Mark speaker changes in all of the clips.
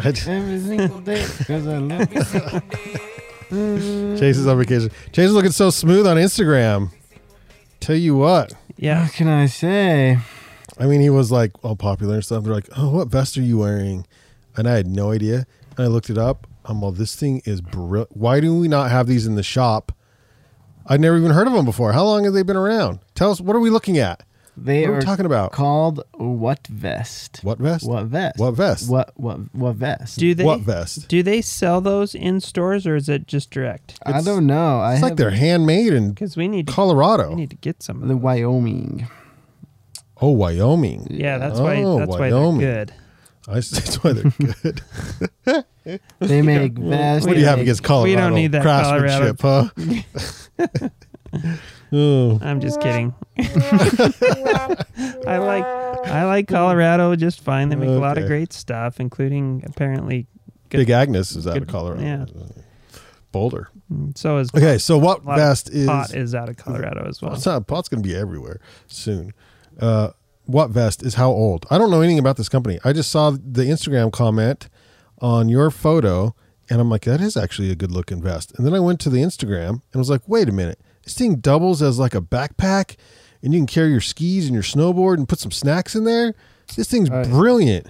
Speaker 1: I just-
Speaker 2: Every single day, because I love you.
Speaker 1: Chase is on vacation. Chase is looking so smooth on Instagram. Tell you what,
Speaker 3: yeah,
Speaker 2: What can I say?
Speaker 1: I mean, he was like all popular and stuff. They're like, "Oh, what vest are you wearing?" And I had no idea. And I looked it up. I'm all, "This thing is brilliant. Why do we not have these in the shop?" I'd never even heard of them before. How long have they been around? Tell us, what are we looking at?
Speaker 2: They
Speaker 1: What are we talking about?
Speaker 2: called what vest?
Speaker 1: What vest?
Speaker 2: What vest?
Speaker 1: What vest?
Speaker 2: What what what vest?
Speaker 3: do they
Speaker 1: What vest?
Speaker 3: do they sell those in stores or is it just direct?
Speaker 2: I don't know. I
Speaker 1: It's like
Speaker 2: have
Speaker 1: they're handmade in
Speaker 3: Because we need to, we
Speaker 1: Colorado.
Speaker 3: need to get some. Of
Speaker 2: the
Speaker 3: those.
Speaker 2: Wyoming.
Speaker 1: Oh, Wyoming.
Speaker 3: Yeah, that's why
Speaker 1: Oh,
Speaker 3: that's
Speaker 1: Wyoming.
Speaker 3: why they're good.
Speaker 1: I see. That's why they're good.
Speaker 2: They make vests.
Speaker 1: what do
Speaker 3: We
Speaker 1: you have
Speaker 2: they
Speaker 1: against Colorado?
Speaker 3: need that
Speaker 1: craftsmanship, huh? oh,
Speaker 3: I'm just kidding. I like I like Colorado just fine. They make a lot of
Speaker 1: Okay.
Speaker 3: great stuff, including apparently good.
Speaker 1: Big Agnes is out of
Speaker 3: good-
Speaker 1: Colorado.
Speaker 3: yeah. Mm,
Speaker 1: Boulder.
Speaker 3: So is
Speaker 1: Okay, so what
Speaker 3: A lot of
Speaker 1: vest is?
Speaker 3: pot is out of Colorado as
Speaker 1: Well,
Speaker 3: well.
Speaker 1: it's not, pot's going to be everywhere soon. Uh, what vest is how old? I don't know anything about this company. I just saw the Instagram comment on your photo, and I'm like, that is actually a good looking vest. And then I went to the Instagram and was like, wait a minute, this thing doubles as like a backpack, and you can carry your skis and your snowboard and put some snacks in there. This thing's
Speaker 2: All right.
Speaker 1: brilliant.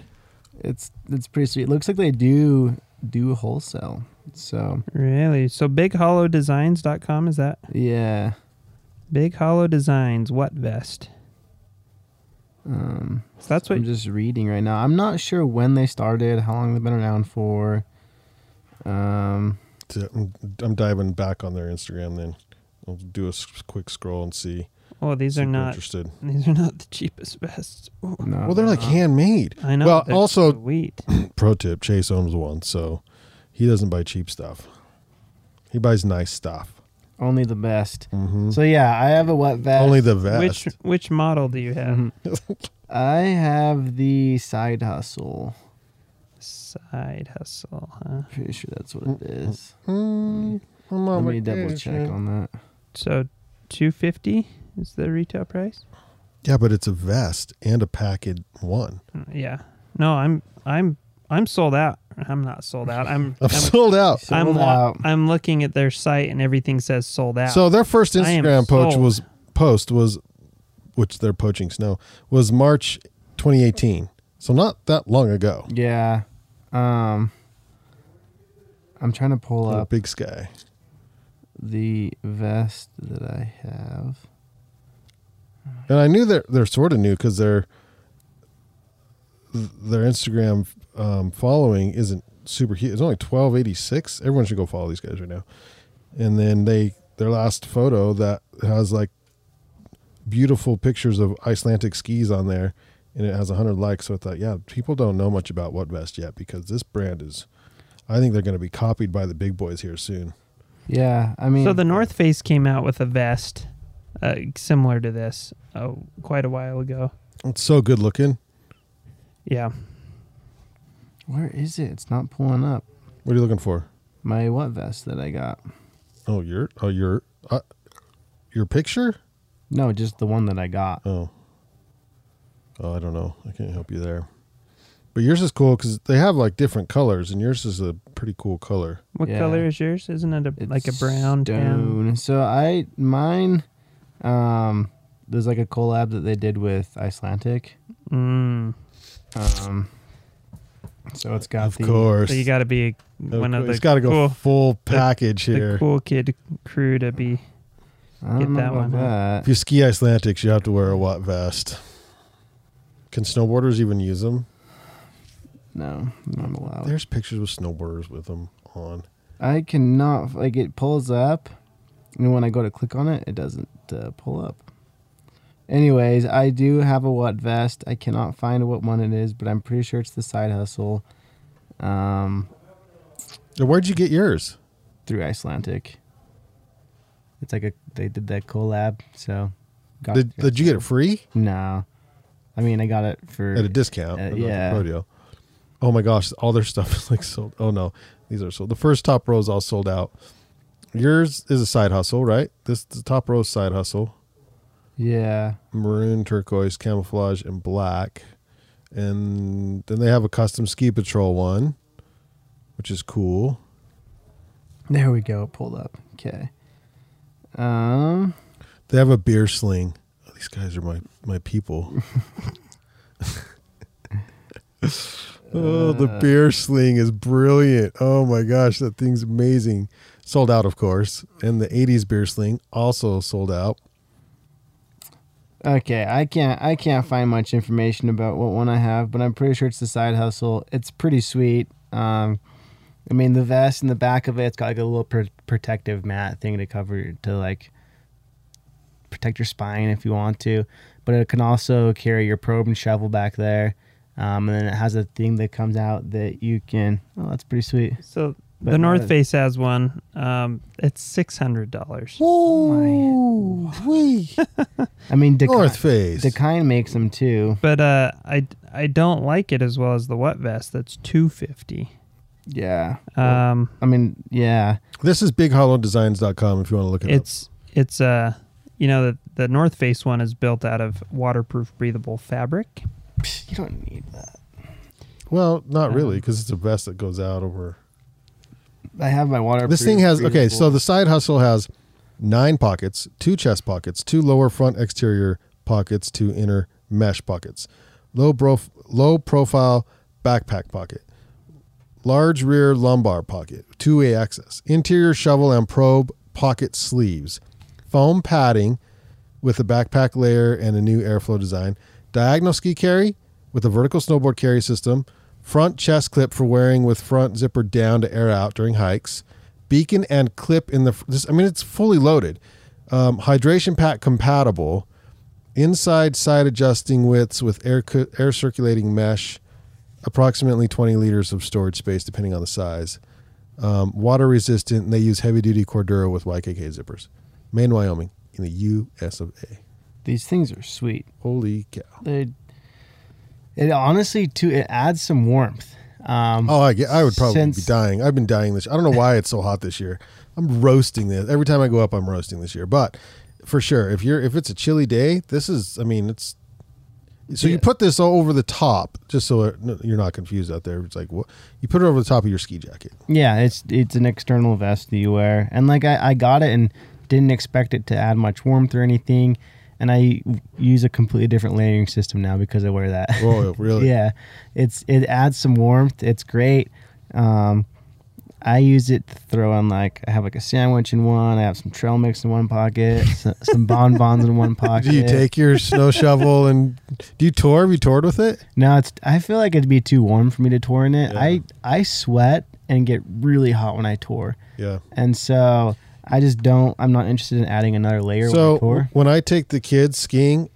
Speaker 2: It's it's pretty sweet. Looks like they do do wholesale. So
Speaker 3: Really? So bighollowdesigns.com is that?
Speaker 2: yeah.
Speaker 3: Big Hollow Designs what vest?
Speaker 2: Um,
Speaker 3: So that's what
Speaker 2: I'm just reading right now. I'm not sure when they started, how long they've been around for. Um,
Speaker 1: So I'm- I'm diving back on their Instagram then. I'll do a s- quick scroll and see.
Speaker 3: Oh, these
Speaker 1: Super
Speaker 3: are not
Speaker 1: interested.
Speaker 3: these are not the cheapest vests. Ooh.
Speaker 2: no,
Speaker 1: Well, they're like handmade.
Speaker 3: I know.
Speaker 1: Well,
Speaker 3: they're
Speaker 1: also-
Speaker 3: sweet.
Speaker 1: Pro tip: Chase owns one, so he doesn't buy cheap stuff. He buys nice stuff.
Speaker 2: only the best.
Speaker 1: hmm
Speaker 2: Mm-hmm. So yeah, I have a wet vest.
Speaker 1: Only the vest.
Speaker 3: Which which model do you have?
Speaker 2: Mhm. I have the side hustle.
Speaker 3: Side hustle, huh?
Speaker 2: Pretty sure that's what it
Speaker 3: Mm-hmm.
Speaker 2: is.
Speaker 1: Mm, I'm
Speaker 3: Oh
Speaker 2: Let
Speaker 1: on
Speaker 2: me double
Speaker 1: vacation.
Speaker 2: check on that.
Speaker 3: So, two fifty is the retail price.
Speaker 1: Yeah, but it's a vest and a packet one.
Speaker 3: Mm, Yeah. No, I'm I'm I'm sold out. I'm not sold out. I'm
Speaker 1: I'm sold out.
Speaker 3: I'm,
Speaker 2: Sold
Speaker 3: wa-
Speaker 2: out.
Speaker 3: I'm looking at their site and everything says sold out.
Speaker 1: So their first
Speaker 3: I am
Speaker 1: Instagram post
Speaker 3: sold.
Speaker 1: was post was, which they're poaching snow was March 2018. So not that long ago.
Speaker 2: Yeah. Um. I'm trying to pull
Speaker 1: Little
Speaker 2: up
Speaker 1: Big Sky.
Speaker 2: the vest that I have.
Speaker 1: And I knew they're they're sort of new because their their Instagram um, following isn't super huge. It's only twelve eighty six. Everyone should go follow these guys right now. And then they their last photo that has like beautiful pictures of Icelandic skis on there, and it has hundred likes. So I thought, yeah, people don't know much about what vest yet because this brand is. I think they're going to be copied by the big boys here soon.
Speaker 2: Yeah. I mean.
Speaker 3: So the North Face came out with a vest uh, similar to this uh, quite a while ago.
Speaker 1: It's so good looking.
Speaker 3: Yeah.
Speaker 2: Where is it? It's not pulling up
Speaker 1: What are you looking for?
Speaker 2: my what vest that I got.
Speaker 1: Oh, your oh your uh, your picture.
Speaker 2: No, just the one that I got.
Speaker 1: Oh. Oh, I don't know. I can't help you there. But yours is cool because they have like different colors, and yours is a pretty cool color.
Speaker 3: What
Speaker 2: Yeah.
Speaker 3: color is yours? Isn't it a, like a
Speaker 2: It's
Speaker 3: brown tan?
Speaker 2: stone. So I mine. Um. There's like a collab that they did with Icelandic.
Speaker 3: Mm.
Speaker 2: Um, so it's got
Speaker 1: of
Speaker 2: the
Speaker 1: course.
Speaker 3: So you got to be
Speaker 1: Oh,
Speaker 3: one of the
Speaker 1: it's got to go
Speaker 3: cool,
Speaker 1: full package
Speaker 3: the
Speaker 1: here.
Speaker 3: cool kid crew to be.
Speaker 2: I
Speaker 3: Get
Speaker 2: don't know
Speaker 3: that
Speaker 2: about
Speaker 3: one, huh?
Speaker 1: If
Speaker 2: that.
Speaker 1: you ski Icelandics, you have to wear a watt vest. Can snowboarders even use them?
Speaker 2: No, not
Speaker 3: Oh.
Speaker 2: allowed.
Speaker 1: There's pictures with snowboarders with them on.
Speaker 2: I cannot like it pulls up, and when I go to click on it, it doesn't uh, pull up. Anyways, I do have a what vest. I cannot find what one it is, but I'm pretty sure it's the side hustle, um,
Speaker 1: Now, Where'd you get yours?
Speaker 2: through Icelandic. It's like a they did that collab, so. Got
Speaker 1: Did,
Speaker 2: it.
Speaker 1: did you get it free
Speaker 2: No, I mean I got it for
Speaker 1: at a discount?
Speaker 2: Uh,
Speaker 1: at the
Speaker 2: yeah.
Speaker 1: Rodeo. Oh my gosh, all their stuff is like sold. Oh no, these are sold. The first top row is all sold out. Yours is a side hustle, right? This the top row is side hustle.
Speaker 2: Yeah,
Speaker 1: maroon, turquoise, camouflage, and black. And then they have a custom ski patrol one, which is cool.
Speaker 2: there we go. It pulled up. Okay. Um.
Speaker 1: They have a beer sling. Oh, these guys are my my people. oh, the beer sling is brilliant. Oh my gosh, that thing's amazing. Sold out, of course. And the 80s beer sling also sold out.
Speaker 2: Okay, I can't I can't find much information about what one I have, but I'm pretty sure it's the side hustle. It's pretty sweet. Um, I mean the vest in the back of it, it's got like a little pr- protective mat thing to cover to like protect your spine if you want to, but it can also carry your probe and shovel back there. Um, and then it has a thing that comes out that you can. Oh, that's pretty sweet.
Speaker 3: So
Speaker 2: But
Speaker 3: the North
Speaker 2: no.
Speaker 3: Face has one. Um, it's six hundred dollars.
Speaker 1: Whoa, wee.
Speaker 2: I mean, Dekin-
Speaker 1: North Face.
Speaker 2: Dekine makes them too.
Speaker 3: But uh, I I don't like it as well as the wet vest. That's two fifty.
Speaker 2: Yeah.
Speaker 3: Um,
Speaker 2: I mean, yeah.
Speaker 1: this is bighhollowdesigns.com if you want to look it up.
Speaker 3: it's it's uh you know the the North Face one is built out of waterproof, breathable fabric.
Speaker 2: You don't need that.
Speaker 1: Well, not
Speaker 3: Um,
Speaker 1: really, because it's a vest that goes out over.
Speaker 2: I have my water.
Speaker 1: This thing has okay. So the side hustle has nine pockets, two chest pockets, two lower front exterior pockets, two inner mesh pockets, low bro, low profile backpack pocket, large rear lumbar pocket, two way access, interior shovel and probe pocket sleeves, foam padding with a backpack layer and a new airflow design, diagonal ski carry with a vertical snowboard carry system, front chest clip for wearing with front zipper down to air out during hikes, beacon and clip in the. This, I mean, it's fully loaded. Um, hydration pack compatible, inside side adjusting widths with air cu- air circulating mesh, approximately 20 liters of storage space depending on the size. Um, water resistant. And they use heavy duty Cordura with YKK zippers. Maine, Wyoming, in the U.S. of A.
Speaker 2: These things are sweet.
Speaker 1: Holy cow!
Speaker 2: They, it honestly too. It adds some warmth. Um,
Speaker 1: Oh, I, get, I would probably be
Speaker 2: Since-
Speaker 1: dying. I've been dying this. I don't know why it's so hot this year. I'm roasting this every time I go up. I'm roasting this year, but for sure, if you're if it's a chilly day, this is. I mean, it's. So you
Speaker 2: Yeah.
Speaker 1: put this all over the top, just so it- no, you're not confused out there. It's like what you put it over the top of your ski jacket.
Speaker 2: Yeah, it's it's an external vest that you wear, and like I, I got it and didn't expect it to add much warmth or anything, and I use a completely different layering system now because I wear that.
Speaker 1: Whoa, really?
Speaker 2: yeah, it's it adds some warmth. It's great. Um, I use it to throw on like I have like a sandwich in one. I have some trail mix in one pocket, some, some bonbons in one pocket.
Speaker 1: Do you take your snow shovel and do you tour? Have you toured with it?
Speaker 2: No, it's. I feel like it'd be too warm for me to tour in it.
Speaker 1: Yeah.
Speaker 2: I I sweat and get really hot when I tour,
Speaker 1: Yeah.
Speaker 2: and so I just don't. I'm not interested in adding another layer when I
Speaker 1: So
Speaker 2: tour.
Speaker 1: when I take the kids skiing,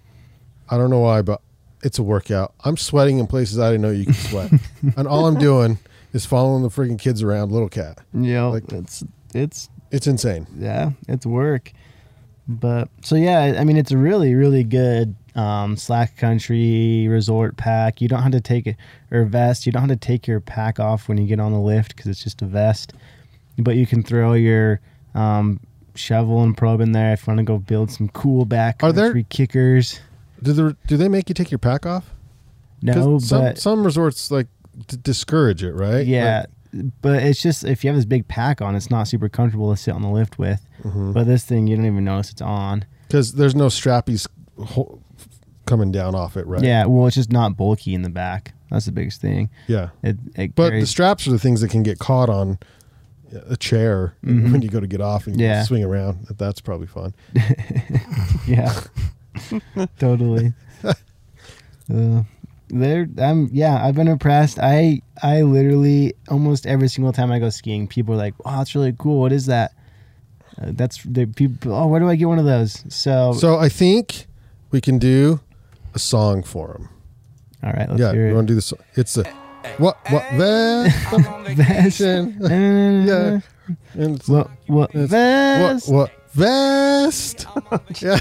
Speaker 1: I don't know why, but it's a workout. I'm sweating in places I didn't know you could sweat, and all I'm doing is following the freaking kids around, little cat.
Speaker 2: Yeah,
Speaker 1: like-
Speaker 2: it's it's
Speaker 1: It's insane.
Speaker 2: yeah, it's work. But so yeah, I- I mean it's a really really good um, slack country resort pack. You don't have to take it or vest. You don't have to take your pack off when you get on the lift because it's just a vest. But you can throw your um, shovel and probe in there if you want to go build some cool back
Speaker 1: Are there-
Speaker 2: kickers.
Speaker 1: Do the do they make you take your pack off? 'Cause
Speaker 2: No,
Speaker 1: some
Speaker 2: but
Speaker 1: some resorts like d- discourage it, right?
Speaker 2: yeah. but it's just if you have this big pack on, it's not super comfortable to sit on the lift with.
Speaker 1: Mm-hmm.
Speaker 2: But this thing, you don't even notice it's on.
Speaker 1: because there's no strappies ho- coming down off it, right?
Speaker 2: Yeah, well, it's just not bulky in the back. That's the biggest thing.
Speaker 1: Yeah.
Speaker 2: It, it
Speaker 1: But the
Speaker 2: carries-
Speaker 1: straps are the things that can get caught on a chair when you go to get off and
Speaker 2: Mm-hmm. Yeah.
Speaker 1: swing around. That's probably fun.
Speaker 2: yeah, totally. Uh, there, I'm. Yeah, I've been impressed. I, I literally almost every single time I go skiing, people are like, "Oh, that's really cool. What is that?" Uh, that's the people. Oh, where do I get one of those? So,
Speaker 1: So I think we can do a song for him.
Speaker 2: all right, let's
Speaker 1: yeah,
Speaker 2: hear
Speaker 1: you
Speaker 2: it.
Speaker 1: want to do this? It's a what what vacation? yeah, and it's,
Speaker 2: What, what,
Speaker 1: what
Speaker 2: vest?
Speaker 1: what vest? yeah,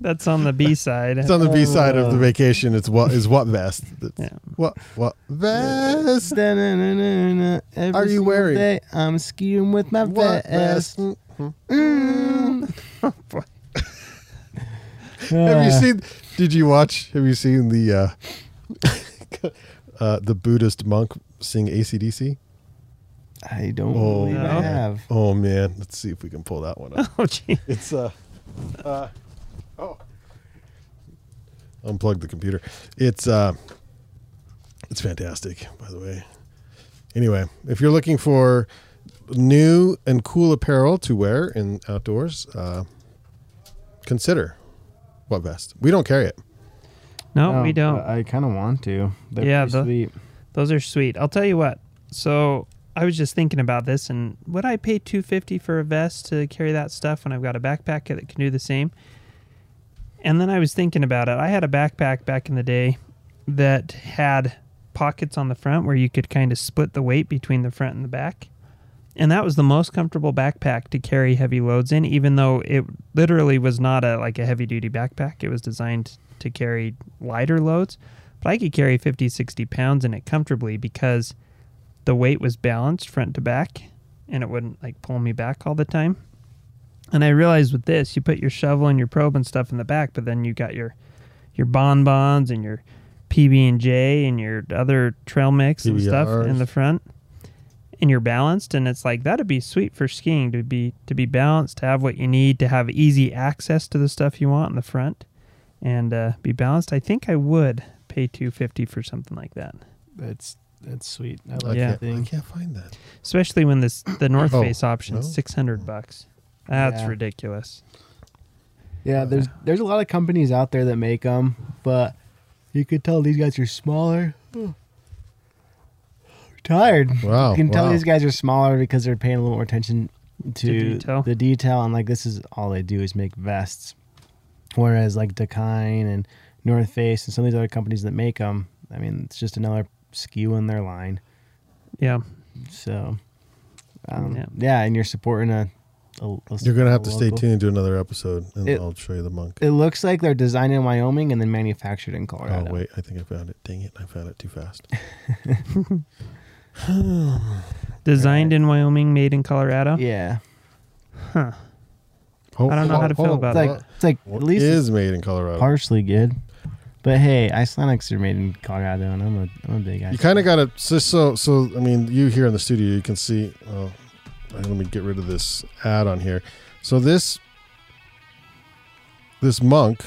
Speaker 3: That's on the B side.
Speaker 1: it's on the B side
Speaker 2: Oh.
Speaker 1: of the vacation. It's what is what vest? It's
Speaker 3: Yeah.
Speaker 1: What what vest?
Speaker 2: Da-na-na-na-na. Every
Speaker 1: Are you
Speaker 2: single
Speaker 1: wearing-
Speaker 2: Day, I'm skiing with my
Speaker 1: What vest?
Speaker 2: vest.
Speaker 3: Boy.
Speaker 1: Have you
Speaker 2: Ah.
Speaker 1: seen? Did you watch? Have you seen the uh, uh, the Buddhist monk sing ACDC?
Speaker 2: I don't
Speaker 1: Oh,
Speaker 2: believe
Speaker 3: No.
Speaker 2: I have.
Speaker 1: Oh man, let's see if we can pull that one up.
Speaker 3: Oh, gee.
Speaker 1: It's uh, uh oh. Unplug the computer. It's uh it's fantastic, by the way. Anyway, if you're looking for new and cool apparel to wear in outdoors, uh consider what vest. We don't carry it.
Speaker 3: No, we
Speaker 2: Um,
Speaker 3: don't.
Speaker 2: I kind of want to. They're
Speaker 3: Yeah,
Speaker 2: pretty
Speaker 3: the-
Speaker 2: sweet.
Speaker 3: Those are sweet. I'll tell you what. So I was just thinking about this, and would I pay two fifty for a vest to carry that stuff when I've got a backpack that can do the same? And then I was thinking about it. I had a backpack back in the day that had pockets on the front where you could kind of split the weight between the front and the back. And that was the most comfortable backpack to carry heavy loads in, even though it literally was not a like a heavy duty backpack. It was designed to carry lighter loads. But I could carry 50, 60 pounds in it comfortably because the weight was balanced front to back and it wouldn't like pull me back all the time. And I realized with this, you put your shovel and your probe and stuff in the back, but then you got your your bonbons and your PB and J and your other trail mix and stuff in
Speaker 1: PBRs.
Speaker 3: the front. And you're balanced and it's like that'd be sweet for skiing to be to be balanced, to have what you need, to have easy access to the stuff you want in the front and uh, be balanced. I think I would pay 250 for something like that.
Speaker 2: That's that's sweet. I
Speaker 1: I
Speaker 2: like
Speaker 3: Yeah.
Speaker 2: that
Speaker 1: can't, I
Speaker 2: thing.
Speaker 1: can't find that.
Speaker 3: especially when this the North
Speaker 1: Oh,
Speaker 3: Face option is
Speaker 1: no.
Speaker 3: six hundred bucks. That's
Speaker 2: Yeah.
Speaker 3: ridiculous.
Speaker 2: Yeah, there's there's a lot of companies out there that make them, but you could tell these guys are smaller. Tired.
Speaker 1: Wow.
Speaker 2: You can tell
Speaker 1: Oh, wow.
Speaker 2: these guys are smaller because they're paying a little more attention to
Speaker 3: detail.
Speaker 2: the detail, and like this is all they do is make vests. Whereas like Dakine and North Face and some of these other companies that make them, I mean, it's just another skew in their line.
Speaker 3: Yeah,
Speaker 2: So, um,
Speaker 3: Yeah.
Speaker 2: yeah. and you're supporting a. a- a-
Speaker 1: You're gonna have to
Speaker 2: a
Speaker 1: stay
Speaker 2: local-
Speaker 1: tuned to another episode, and
Speaker 2: It-
Speaker 1: I'll show you the monk.
Speaker 2: It looks like they're designed in Wyoming and then manufactured in
Speaker 1: Oh
Speaker 2: Colorado.
Speaker 1: wait, I think I found it. Dang it, I found it too fast.
Speaker 3: designed in Wyoming, made in Colorado.
Speaker 2: Yeah,
Speaker 3: Huh.
Speaker 1: Oh,
Speaker 3: I don't know how to feel about
Speaker 2: it's like it's like
Speaker 1: What
Speaker 2: at least
Speaker 1: is made in Colorado.
Speaker 2: it's partially good. But hey, Icelandics are made in Colorado, and I'm a I'm a big
Speaker 1: you
Speaker 2: Icelandic.
Speaker 1: kind of got to so, so so. I mean, you here in the studio, you can see. Oh, let me get rid of this ad on here. So this this monk,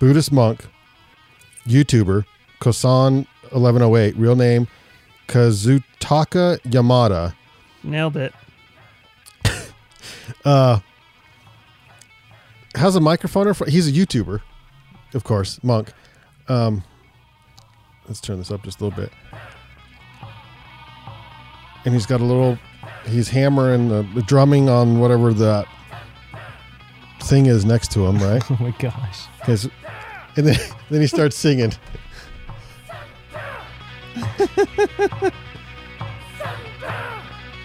Speaker 1: Buddhist monk, YouTuber, Kosan eleven oh eight, real name Kazutaka Yamada.
Speaker 3: Nailed it.
Speaker 1: uh, has a microphone in front. He's a YouTuber, of course, Monk. Um, let's turn this up just a little bit. And he's got a little, he's hammering the, the drumming on whatever that thing is next to him, right?
Speaker 2: oh my gosh,
Speaker 1: 'Cause- and then, then he starts singing.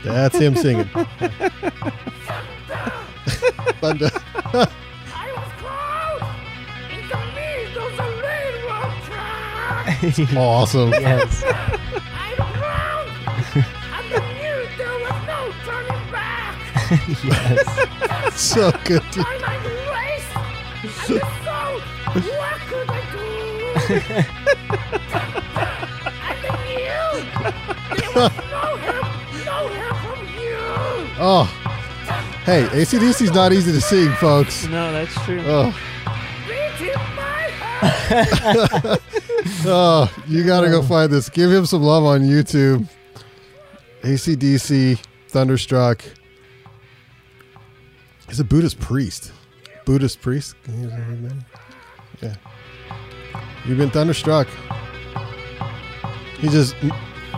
Speaker 1: That's him singing. Thunder.
Speaker 4: I was called into me to the railroad track.
Speaker 1: Awesome.
Speaker 2: Oh, yes,
Speaker 4: I ground. I knew there was no turning back.
Speaker 2: yes,
Speaker 1: So good. dude.
Speaker 4: I might race. I was so what could I do? I think you. There was no help, no help from you.
Speaker 1: Oh. Hey, ACDC's not easy to sing, folks.
Speaker 3: No, that's true.
Speaker 1: Oh.
Speaker 4: Beat in my heart.
Speaker 1: Oh, you got to go find this. Give him some love on YouTube. ACDC, Thunderstruck. He's a Buddhist priest. Buddhist priest? Can you remember his name? Yeah. You've been thunderstruck. He's just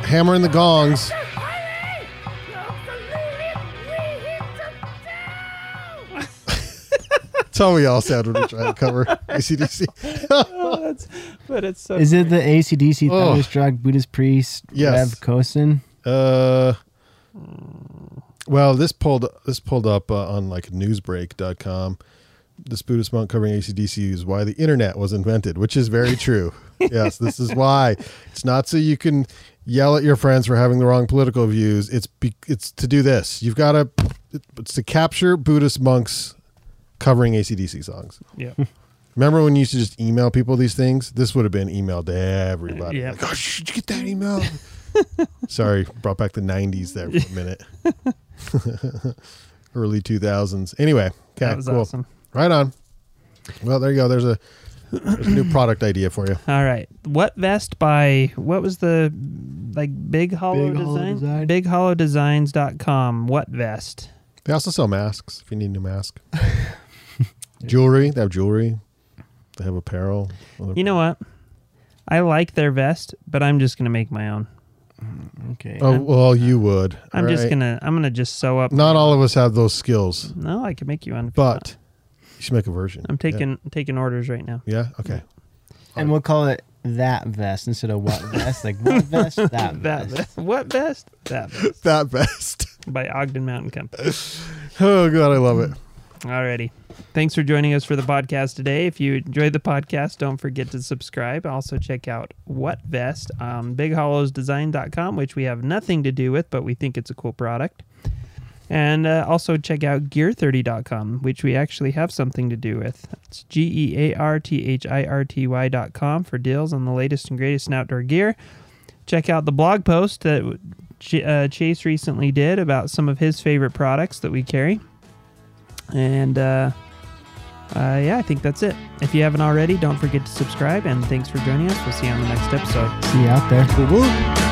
Speaker 1: hammering the gongs.
Speaker 4: Hurry! Don't believe it! We hit the town!
Speaker 1: That's how we all sound when we try to cover ACDC.
Speaker 3: Oh, that's, but it's so.
Speaker 2: Is it the ACDC
Speaker 1: Oh.
Speaker 2: Thunderstruck Buddhist Priest
Speaker 1: Yes.
Speaker 2: Rev Kosin?
Speaker 1: Uh, well, this pulled this pulled up uh, on like newsbreak.com. This Buddhist monk covering ACDC is why the internet was invented, which is very true. yes, this is why. It's not so you can yell at your friends for having the wrong political views. It's be, it's to do this. You've got to it's to capture Buddhist monks covering ACDC songs.
Speaker 3: Yeah.
Speaker 1: Remember when you used to just email people these things? This would have been emailed to everybody.
Speaker 3: Yeah.
Speaker 1: Like, oh, sh- did you get that email? Sorry, brought back the 90s there for a minute. Early 2000s. Anyway, okay,
Speaker 3: That was
Speaker 1: cool.
Speaker 3: awesome.
Speaker 1: Right on. Well, there you go. There's a, there's a new product idea for you.
Speaker 3: All right. What vest by what was the like big hollow
Speaker 2: Big Hollow Design?
Speaker 3: design? Big hollow designs.com. What vest?
Speaker 1: They also sell masks if you need a new mask. jewelry. They have jewelry. They have apparel.
Speaker 3: You know what? I like their vest, but I'm just gonna make my own.
Speaker 2: Okay.
Speaker 1: Oh, well, you would.
Speaker 3: I'm just
Speaker 1: right?
Speaker 3: gonna I'm gonna just sew up.
Speaker 1: Not all of us have those skills,
Speaker 3: No, I can make you one. if you want.
Speaker 1: but you should make a version.
Speaker 3: I'm
Speaker 1: Yeah.
Speaker 3: taking taking orders right now.
Speaker 1: Yeah. Okay.
Speaker 2: and we'll call it that vest instead of what vest? Like what vest? That,
Speaker 3: That
Speaker 2: vest.
Speaker 3: vest. what vest? That vest
Speaker 1: That best.
Speaker 3: by Ogden Mountain Company.
Speaker 1: Oh god, I love it.
Speaker 3: Alrighty. Thanks for joining us for the podcast today. If you enjoyed the podcast, don't forget to subscribe. Also check out What Vest on bighollowsdesign.com, which we have nothing to do with, but we think it's a cool product. And uh, also check out gear30.com, which we actually have something to do with. It's G E A R T H I R T Y.com for deals on the latest and greatest in outdoor gear. Check out the blog post that Ch- uh, Chase recently did about some of his favorite products that we carry. And uh, uh, yeah, I think that's it. If you haven't already, don't forget to subscribe. And thanks for joining us. We'll see you on the next episode.
Speaker 2: See you out there.
Speaker 1: Woo-woo.